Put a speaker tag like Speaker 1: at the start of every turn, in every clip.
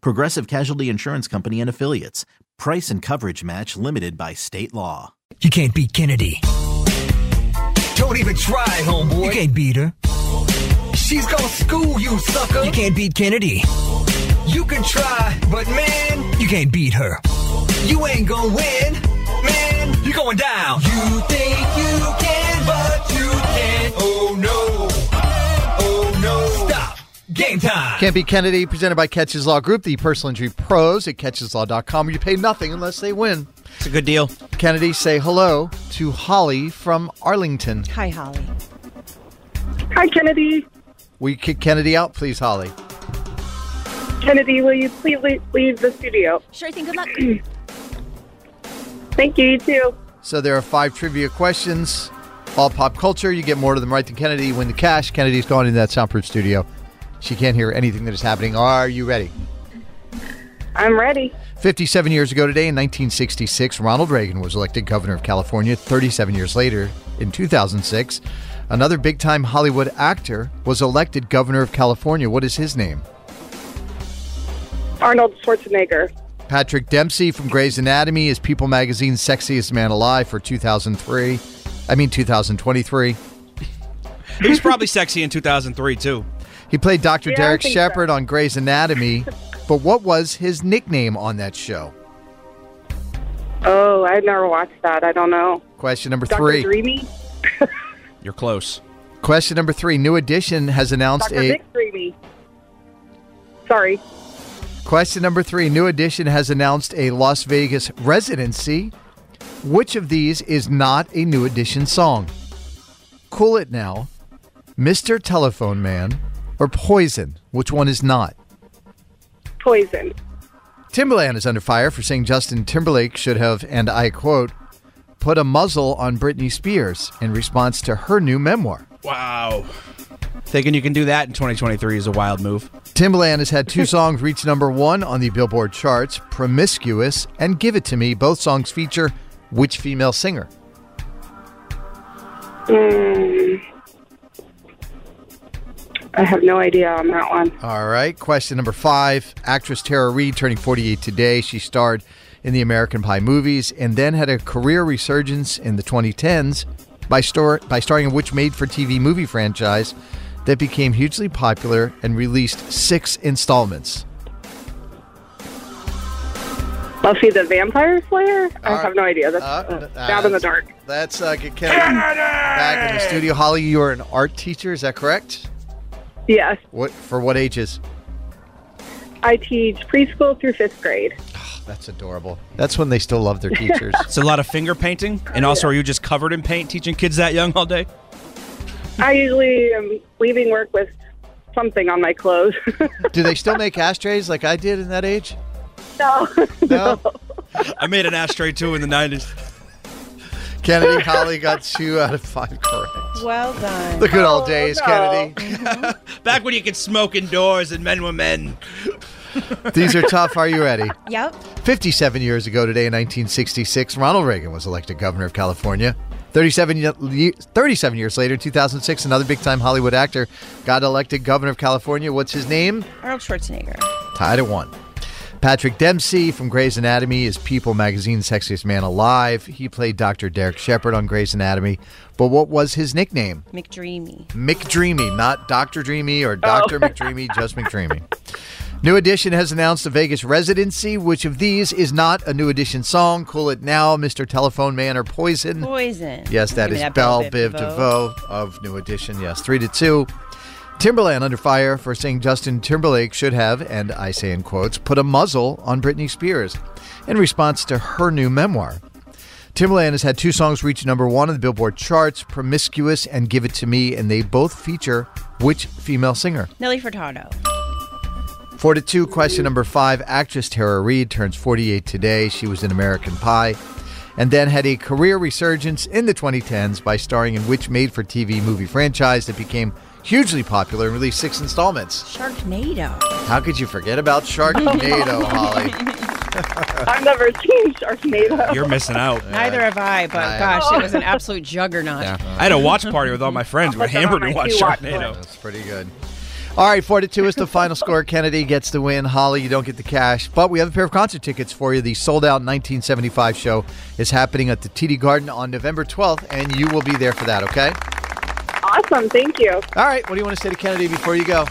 Speaker 1: Progressive Casualty Insurance Company and Affiliates. Price and coverage match limited by state law.
Speaker 2: You can't beat Kennedy.
Speaker 3: Don't even try,
Speaker 2: You
Speaker 3: homeboy.
Speaker 2: can't beat her.
Speaker 3: She's gonna school you, sucker.
Speaker 2: You can't beat Kennedy.
Speaker 3: You can try, but man,
Speaker 2: You can't beat her.
Speaker 3: you ain't gonna win. Man,
Speaker 2: You're going down.
Speaker 3: you think you can, but you can't. Oh no. Oh no. Stop.
Speaker 2: Game time.
Speaker 4: Can't be Kennedy, presented by Catches Law Group, the personal injury pros at catcheslaw.com. You pay nothing unless they win.
Speaker 5: It's a good deal.
Speaker 4: Kennedy, say hello to Holly from Arlington.
Speaker 6: Hi, Holly.
Speaker 7: Hi, Kennedy.
Speaker 4: We kick Kennedy out, please, Holly.
Speaker 7: Kennedy, will you please leave, leave the studio?
Speaker 6: Sure thing. Good luck.
Speaker 7: Thank you, you too.
Speaker 4: So there are five trivia questions, all pop culture. You get more to them right than Kennedy. You win the cash. Kennedy's gone into that soundproof studio. She can't hear anything that is happening. Are you ready?
Speaker 7: I'm ready.
Speaker 4: 57 years ago today, in 1966, Ronald Reagan was elected governor of California. 37 years later, in 2006, another big time Hollywood actor was elected governor of California. What is his name?
Speaker 7: Arnold Schwarzenegger.
Speaker 4: Patrick Dempsey from Grey's Anatomy is People Magazine's Sexiest Man Alive for 2003. I mean, 2023.
Speaker 5: He was probably sexy in 2003 too.
Speaker 4: He played Dr.
Speaker 7: Yeah, I
Speaker 4: Derek
Speaker 7: think
Speaker 4: Shepard on Grey's Anatomy, but what was his nickname on that show?
Speaker 7: Oh, I never watched that. I don't know.
Speaker 4: Question number
Speaker 7: Dr.
Speaker 4: three.
Speaker 7: Dreamy?
Speaker 5: You're close.
Speaker 4: Question number three. New Edition has announced
Speaker 7: Dr.
Speaker 4: a.
Speaker 7: Vic Dreamy. Sorry.
Speaker 4: Question number three New Edition has announced a Las Vegas residency. Which of these is not a New Edition song? Cool It Now, Mr. Telephone Man, or Poison? Which one is not?
Speaker 7: Poison.
Speaker 4: Timberland is under fire for saying Justin Timberlake should have, and I quote, put a muzzle on Britney Spears in response to her new memoir.
Speaker 5: Wow. Thinking you can do that in 2023 is a wild move.
Speaker 4: Timbaland has had two songs reach number one on the Billboard charts Promiscuous and Give It To Me. Both songs feature which female singer?
Speaker 7: Hmm. I have no idea on that one.
Speaker 4: All right. Question number five. Actress Tara Reid turning 48 today. She starred in the American Pie movies and then had a career resurgence in the 2010s by, star- by starring in which made for TV movie franchise that became hugely popular and released six installments.
Speaker 7: Buffy the Vampire Slayer? I have no idea. That's
Speaker 4: Uh,
Speaker 7: uh, out in the
Speaker 4: that's-
Speaker 7: dark.
Speaker 4: Let's uh, get Kennedy back in the studio. Holly, you are an art teacher, is that correct?
Speaker 7: Yes.
Speaker 4: What For what ages?
Speaker 7: I teach preschool through fifth grade.
Speaker 4: That's adorable. That's when they still love their teachers.
Speaker 5: It's a lot of finger painting, and also, are you just covered in paint teaching kids that young all day?
Speaker 7: I usually am leaving work with something on my clothes.
Speaker 4: Do they still make ashtrays like I did in that age?
Speaker 7: so,
Speaker 4: No.
Speaker 5: I made an ashtray too in the 90s.
Speaker 4: Kennedy Holly got two out of five correct.
Speaker 6: Well done.
Speaker 4: The good old days,
Speaker 7: no.
Speaker 4: Kennedy.
Speaker 5: Back when you could smoke indoors and men were men.
Speaker 4: These are tough. Are you ready?
Speaker 6: Yep.
Speaker 4: 57 years ago today in 1966, Ronald Reagan was elected governor of California. 37, ye- 37 years later, in 2006, another big time Hollywood actor got elected governor of California. What's his name?
Speaker 6: Arnold Schwarzenegger.
Speaker 4: Tied at one. Patrick Dempsey from Grey's Anatomy is People Magazine's Sexiest Man Alive. He played Dr. Derek Shepard on Grey's Anatomy. But what was his nickname?
Speaker 6: McDreamy.
Speaker 4: Hmm. McDreamy, not Dr. Dreamy or Dr. McDreamy, just McDreamy. New Edition has announced a Vegas residency. Which of these is not a New Edition song? Cool It Now, Mr. Telephone Man, or Poison?
Speaker 6: Poison.
Speaker 4: Yes, that
Speaker 6: Give
Speaker 4: is
Speaker 6: me
Speaker 4: Belle
Speaker 6: Biv
Speaker 4: Biv
Speaker 6: DeVoe.
Speaker 4: DeVoe of New Edition. Yes, three to two. Timberland under fire for saying Justin Timberlake should have, and I say in quotes, put a muzzle on Britney Spears in response to her new memoir. Timberland has had two songs reach number one on the Billboard charts, Promiscuous and Give It To Me, and they both feature which female singer?
Speaker 6: Nelly Furtado.
Speaker 4: Four to two. Question number five. Actress Tara Reid turns 48 today. She was in American Pie and then had a career resurgence in the 2010s by starring in which made for TV movie franchise that became hugely popular and released six installments.
Speaker 6: Sharknado.
Speaker 4: How could you forget about Sharknado, Holly?
Speaker 7: I've never seen Sharknado.
Speaker 5: You're missing out.
Speaker 6: Neither have I, but
Speaker 4: I-
Speaker 6: gosh, it was an absolute juggernaut.
Speaker 5: I had a watch party with all my friends. We
Speaker 7: Put that on
Speaker 5: hammered
Speaker 7: my
Speaker 5: and watched
Speaker 7: two-watch
Speaker 5: Sharknado.
Speaker 4: That's pretty good. All right, 4 to 2 is the final score. Kennedy gets the win. Holly, you don't get the cash. But we have a pair of concert tickets for you. The sold out 1975 show is happening at the TD Garden on November 12th, and you will be there for that, okay?
Speaker 7: Awesome. Thank you.
Speaker 4: All right, what do you want to say to Kennedy before you go?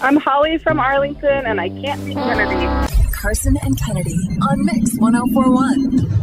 Speaker 7: I'm Holly from Arlington, and I can't be Kennedy.
Speaker 8: Carson and Kennedy on Mix 1041.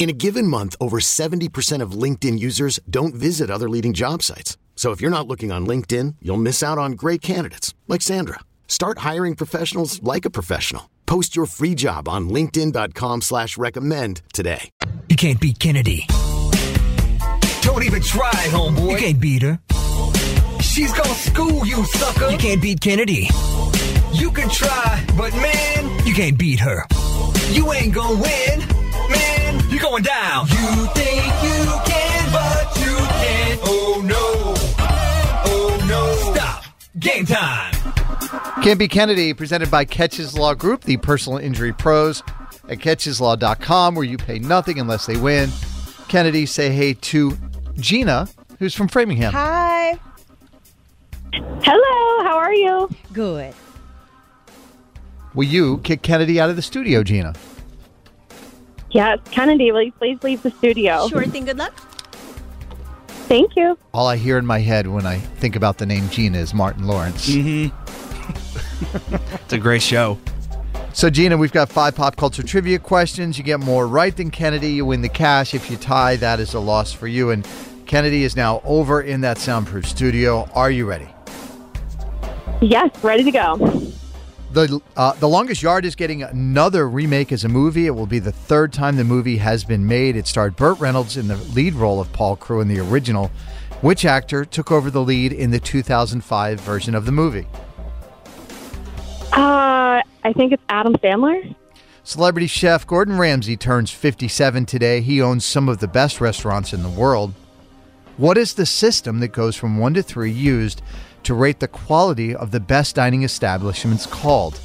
Speaker 9: In a given month, over 70% of LinkedIn users don't visit other leading job sites. So if you're not looking on LinkedIn, you'll miss out on great candidates like Sandra. Start hiring professionals like a professional. Post your free job on linkedin.com/recommend slash recommend today.
Speaker 2: You can't beat Kennedy.
Speaker 3: Don't even try, homeboy.
Speaker 2: You can't beat her.
Speaker 3: She's gonna school you, sucker.
Speaker 2: You can't beat Kennedy.
Speaker 3: You can try, but man,
Speaker 2: You can't beat her.
Speaker 3: you ain't gonna win. Man,
Speaker 2: You're going down.
Speaker 3: you think you can, but you can't. Oh no. Oh no.
Speaker 2: Stop. Game time.
Speaker 4: Can't be Kennedy, presented by Catches Law Group, the personal injury pros at catcheslaw.com, where you pay nothing unless they win. Kennedy, say hey to Gina, who's from Framingham.
Speaker 6: Hi.
Speaker 7: Hello. How are you?
Speaker 6: Good.
Speaker 4: Will you kick Kennedy out of the studio, Gina?
Speaker 7: Yes, Kennedy. will you Please leave the studio.
Speaker 6: Sure thing. Good luck.
Speaker 7: Thank you.
Speaker 4: All I hear in my head when I think about the name Gina is Martin Lawrence.
Speaker 5: It's a great show.
Speaker 4: So, Gina, we've got five pop culture trivia questions. You get more right than Kennedy, you win the cash. If you tie, that is a loss for you. And Kennedy is now over in that soundproof studio. Are you ready?
Speaker 7: Yes, ready to go.
Speaker 4: The uh, the longest yard is getting another remake as a movie. It will be the third time the movie has been made. It starred Burt Reynolds in the lead role of Paul Crewe in the original. Which actor took over the lead in the 2005 version of the movie?
Speaker 7: Uh, I think it's Adam Sandler.
Speaker 4: Celebrity chef Gordon Ramsay turns 57 today. He owns some of the best restaurants in the world. What is the system that goes from 1 to 3 used to rate the quality of the best dining establishments called?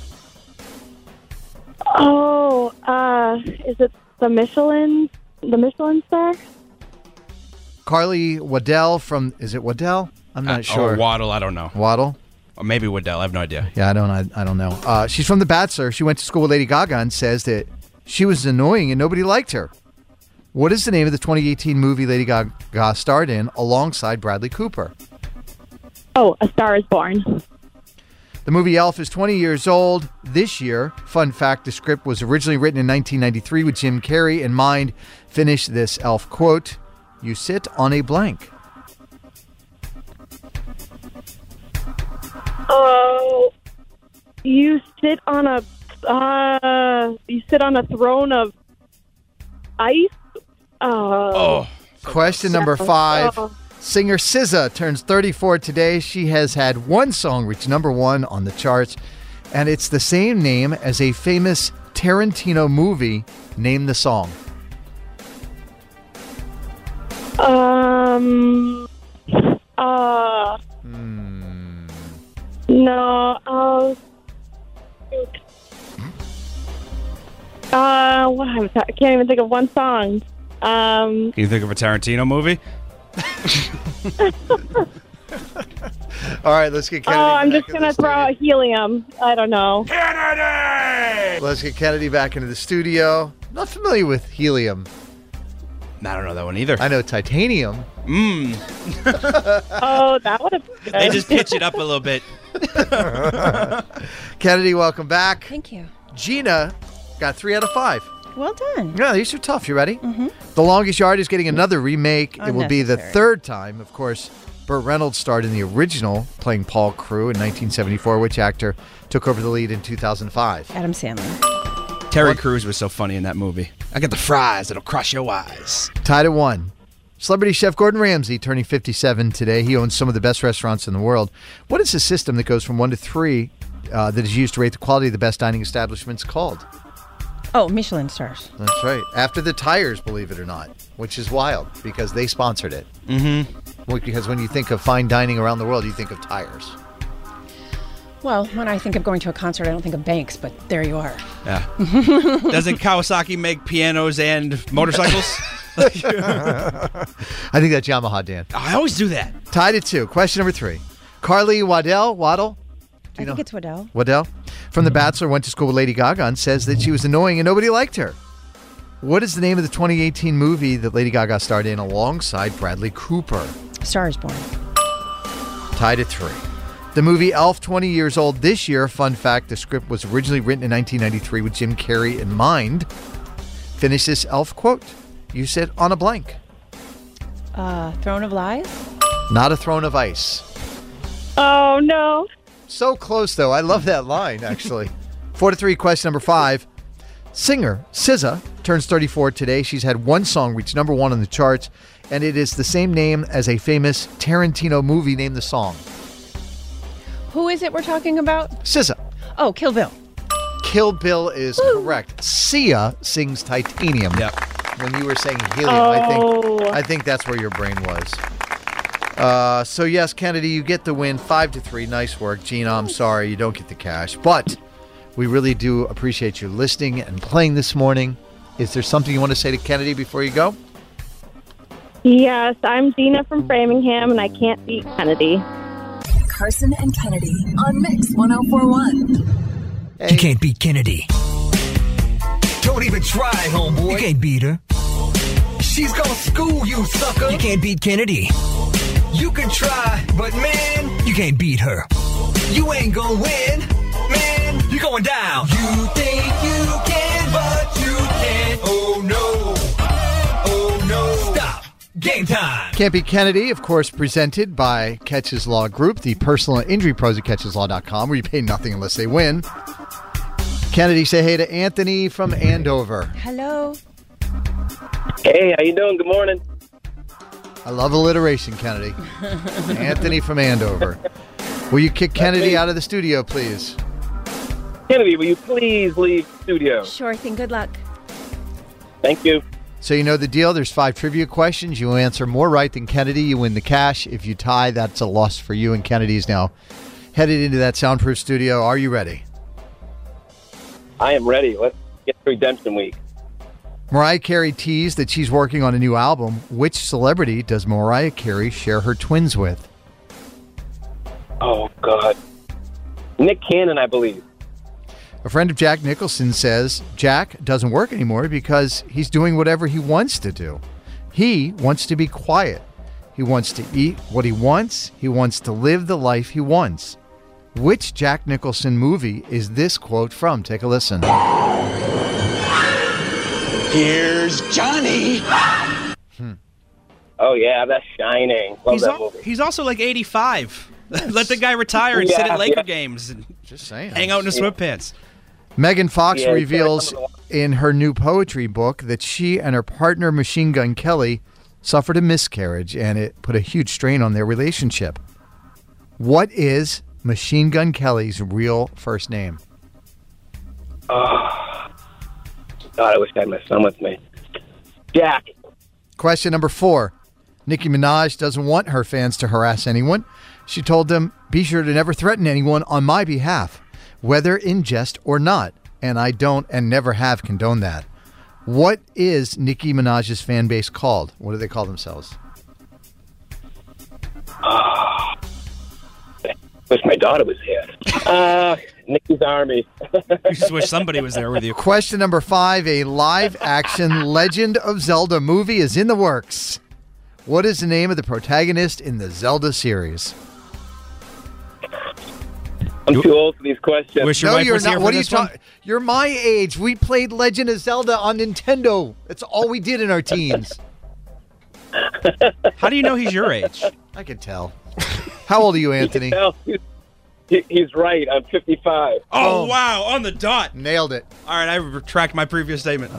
Speaker 7: Oh, uh, is it the Michelin? The Michelin star?
Speaker 4: Carly Waddell from is it Waddell? I'm not
Speaker 5: Uh,
Speaker 4: sure.
Speaker 5: Or Waddle, I don't know.
Speaker 4: Waddle?
Speaker 5: Or maybe Waddell, I have no idea.
Speaker 4: Yeah, I don't. I, I don't know. Uh, she's from The Bachelor. She went to school with Lady Gaga and says that She was annoying and nobody liked her. What is the name of the 2018 movie Lady Gaga starred in alongside Bradley Cooper?
Speaker 10: Oh, A Star is Born.
Speaker 4: The movie Elf is 20 years old this year. Fun fact the script was originally written in 1993 with Jim Carrey in mind. Finish this Elf quote You sit on a blank.
Speaker 10: Oh, you sit on a uh, you sit on a throne of ice. oh,
Speaker 4: Question number five. Singer SZA turns 34 today. She has had one song reach number one on the charts, and it's the same name as a famous Tarantino movie. Name the song.
Speaker 10: Um. Uh.
Speaker 5: Hmm.
Speaker 10: No. Uh. Uh. What am I? I can't even think of one song. Um.
Speaker 5: Can you think of a Tarantino movie?
Speaker 4: All right, let's get
Speaker 10: Oh,
Speaker 4: Kennedy.
Speaker 10: I'm
Speaker 4: back
Speaker 10: just
Speaker 4: in
Speaker 10: gonna
Speaker 4: the
Speaker 10: throw out helium. I don't know.
Speaker 4: stu- Let's get Kennedy back into the studio. Not familiar with helium.
Speaker 5: I don't know that one either.
Speaker 4: I know titanium.
Speaker 5: Mmm.
Speaker 10: oh, that would have. been
Speaker 5: They
Speaker 10: good.
Speaker 5: just pitch it up a little bit.
Speaker 4: Kennedy, welcome back.
Speaker 6: Thank you.
Speaker 4: Gina got three out of five.
Speaker 6: Well done.
Speaker 4: Yeah, these are tough. You ready? Mm-hmm. The Longest Yard is getting another remake. It will be the
Speaker 6: Unnecessary.
Speaker 4: third time, of course. Burt Reynolds starred in the original, playing Paul Crewe in 1974, which actor took over the lead in 2005.
Speaker 6: Adam Sandler.
Speaker 5: Terry Crews was so funny in that movie. I got the fries that'll crush your eyes.
Speaker 4: Tied at one. Celebrity chef Gordon Ramsay turning 57 today. He owns some of the best restaurants in the world. What is the system that goes from one to three uh, that is used to rate the quality of the best dining establishments called?
Speaker 6: Oh, Michelin stars.
Speaker 4: That's right. After the tires, believe it or not, which is wild because they sponsored it. Mm-hmm. because when you think of fine dining around the world, you think of tires.
Speaker 6: Well, when I think of going to a concert, I don't think of banks, but there you are.
Speaker 5: Yeah. Doesn't Kawasaki make pianos and motorcycles?
Speaker 4: I think that's Yamaha, Dan.
Speaker 5: I always do that.
Speaker 4: Tied at two. Question number three. Carly Waddell, Waddle,
Speaker 6: I think it's Waddell.
Speaker 4: Waddell, from The Bachelor, went to school with Lady Gaga and says that she was annoying and nobody liked her. What is the name of the 2018 movie that Lady Gaga starred in alongside Bradley Cooper?
Speaker 6: Stars Born.
Speaker 4: Tied at three. The movie Elf, 20 years old this year. Fun fact the script was originally written in 1993 with Jim Carrey in mind. Finish this Elf quote You sit on a blank,
Speaker 6: Uh, Throne of Lies.
Speaker 4: not a throne of ice.
Speaker 10: Oh no.
Speaker 4: So close though. I love that line actually. Four to three. Question number five. Singer SZA turns 34 today. She's had one song reach number one on the charts, and it is the same name as a famous Tarantino movie. Name the song.
Speaker 6: Who is it we're talking about?
Speaker 4: SZA.
Speaker 6: Oh, Kill Bill.
Speaker 4: Kill Bill is correct. Sia sings Titanium. Yep. When you were saying helium, I
Speaker 10: Oh.
Speaker 4: think I think that's where your brain was. Uh, so yes, Kennedy, you get the win, five to three. Nice work, Gina. I'm sorry you don't get the cash, but we really do appreciate you listening and playing this morning. Is there something you want to say to Kennedy before you go?
Speaker 10: Yes, I'm Gina from Framingham, and I can't beat Kennedy.
Speaker 8: Carson and Kennedy on Mix 1041.
Speaker 2: You can't beat Kennedy. Don't even try, homeboy. You can't beat her. She's gonna school you, sucker. You can't beat Kennedy. You can try, but man, you can't beat her. You ain't gonna win, man. You're going down. You think you can, but you can't. Oh no. Oh no. Stop. Game time.
Speaker 4: Campy Kennedy, of course, presented by Catches Law Group, the personal injury pros at catcheslaw.com, where you pay nothing unless they win. Kennedy, say hey to Anthony from Andover.
Speaker 6: Hello.
Speaker 11: Hey, how you doing? Good morning.
Speaker 4: I love alliteration, Kennedy. Anthony from Andover. Will you kick Kennedy out of the studio, please?
Speaker 11: Kennedy, will you please leave the studio?
Speaker 6: Sure thing. Good luck.
Speaker 11: Thank you.
Speaker 4: So you know the deal. There's five trivia questions. You answer more right than Kennedy, you win the cash. If you tie, that's a loss for you. And Kennedy is now headed into that soundproof studio. Are you ready?
Speaker 11: I am ready. Let's get to redemption week.
Speaker 4: Mariah Carey teased that she's working on a new album. Which celebrity does Mariah Carey share her twins with?
Speaker 11: Oh, God. Nick Cannon, I believe.
Speaker 4: A friend of Jack Nicholson says Jack doesn't work anymore because he's doing whatever he wants to do. He wants to be quiet. He wants to eat what he wants. He wants to live the life he wants. Which Jack Nicholson movie is this quote from? Take a listen.
Speaker 3: Here's Johnny.
Speaker 11: Oh yeah, that's Shining. Love
Speaker 5: He's,
Speaker 11: that
Speaker 5: al-
Speaker 11: movie.
Speaker 5: he's also like 85. Let the guy retire and sit
Speaker 11: Yeah,
Speaker 5: at Laker
Speaker 11: yeah.
Speaker 5: games and
Speaker 4: just saying.
Speaker 5: hang out in his
Speaker 11: Yeah.
Speaker 5: sweatpants.
Speaker 4: Megan Fox
Speaker 5: Yeah, he's gotta
Speaker 4: reveals in her new poetry book that she and her partner, Machine Gun Kelly, suffered a miscarriage and it put a huge strain on their relationship. What is Machine Gun Kelly's real first name?
Speaker 11: Oh. God, I wish I had my son with me. Jack.
Speaker 4: Question number four Nicki Minaj doesn't want her fans to harass anyone. She told them, Be sure to never threaten anyone on my behalf, whether in jest or not. And I don't and never have condoned that. What is Nicki Minaj's fan base called? What do they call themselves?
Speaker 11: Wish my daughter was here. Uh, Nikki's Army.
Speaker 5: You just wish somebody was there with you.
Speaker 4: Question number five A live action Legend of Zelda movie is in the works. What is the name of the protagonist in the Zelda series?
Speaker 11: I'm too old for these questions.
Speaker 4: no, you're not. what are you talking? You're my age. We played Legend of Zelda on Nintendo. That's all we did in our teens.
Speaker 5: How do you know he's your age?
Speaker 4: I can tell. How old are you, Anthony?
Speaker 11: Well, he's- he- He's right. I'm 55.
Speaker 5: Oh, wow, on the dot.
Speaker 4: Nailed it.
Speaker 5: All right, I retract my previous statement.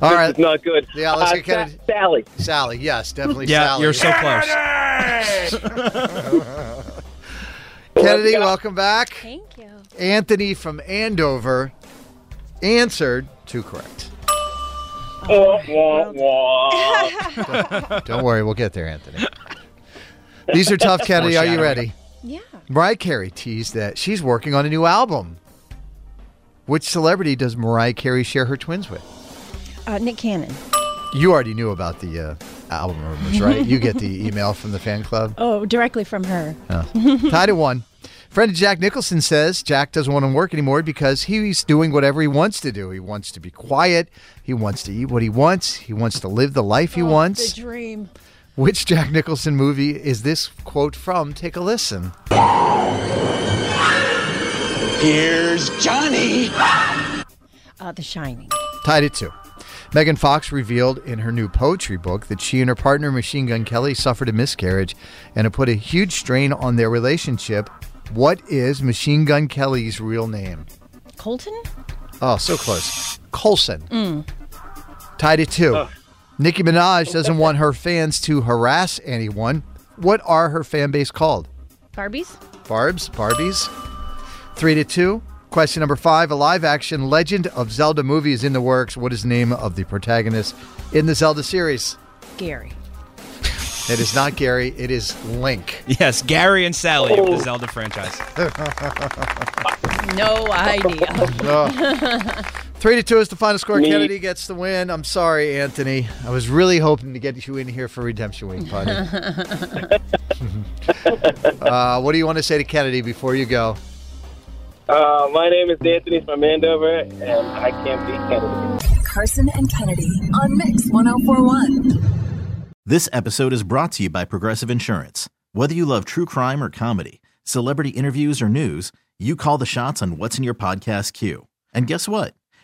Speaker 4: All right.
Speaker 11: It's not good.
Speaker 4: Yeah, let's
Speaker 11: Uh,
Speaker 4: get Kennedy.
Speaker 11: Sally.
Speaker 4: Sally, yes, definitely
Speaker 5: yeah,
Speaker 4: Sally.
Speaker 5: you're so close.
Speaker 4: Kennedy, welcome back. Thank you. Anthony from Andover answered two correct.
Speaker 11: Oh, wah, wah.
Speaker 4: Don't worry, we'll get there, Anthony. These are tough, Kennedy. Are you ready?
Speaker 6: Yeah.
Speaker 4: Mariah Carey teased that she's working on a new album. Which celebrity does Mariah Carey share her twins with?
Speaker 6: Uh, Nick Cannon.
Speaker 4: You already knew about the uh, album rumors, right? you get the email from the fan club.
Speaker 6: Oh, directly from her.
Speaker 4: Yeah. Tied at one. Friend of Jack Nicholson says Jack doesn't want to work anymore because he's doing whatever he wants to do. He wants to be quiet. He wants to eat what he wants. He wants to live the life he
Speaker 6: Oh,
Speaker 4: wants.
Speaker 6: The dream.
Speaker 4: Which Jack Nicholson movie is this quote from? Take a listen.
Speaker 3: Here's Johnny.
Speaker 6: Uh, the Shining.
Speaker 4: Tied at two. Megan Fox revealed in her new poetry book that she and her partner Machine Gun Kelly suffered a miscarriage and it put a huge strain on their relationship. What is Machine Gun Kelly's real name?
Speaker 6: Colton?
Speaker 4: Oh, so close. Colson. Tied at two. Nicki Minaj doesn't want her fans to harass anyone. What are her fan base called?
Speaker 6: Barbies?
Speaker 4: Barbs, Barbies. Three to two. Question number five. A live action Legend of Zelda movie is in the works. What is the name of the protagonist in the Zelda series?
Speaker 6: Gary.
Speaker 4: It is not Gary, it is Link.
Speaker 5: Yes, Gary and Sally of
Speaker 11: Oh.
Speaker 5: the Zelda franchise.
Speaker 6: No idea.
Speaker 4: Three to two is the final score.
Speaker 6: Me.
Speaker 4: Kennedy gets the win. I'm sorry, Anthony. I was really hoping to get you in here for Redemption Week, buddy. uh, what do you want to say to Kennedy before you go?
Speaker 11: Uh, my name is Anthony from Andover, and I can't beat Kennedy.
Speaker 12: Carson and Kennedy on Mix 1041.
Speaker 1: This episode is brought to you by Progressive Insurance. Whether you love true crime or comedy, celebrity interviews or news, you call the shots on what's in your podcast queue. And guess what?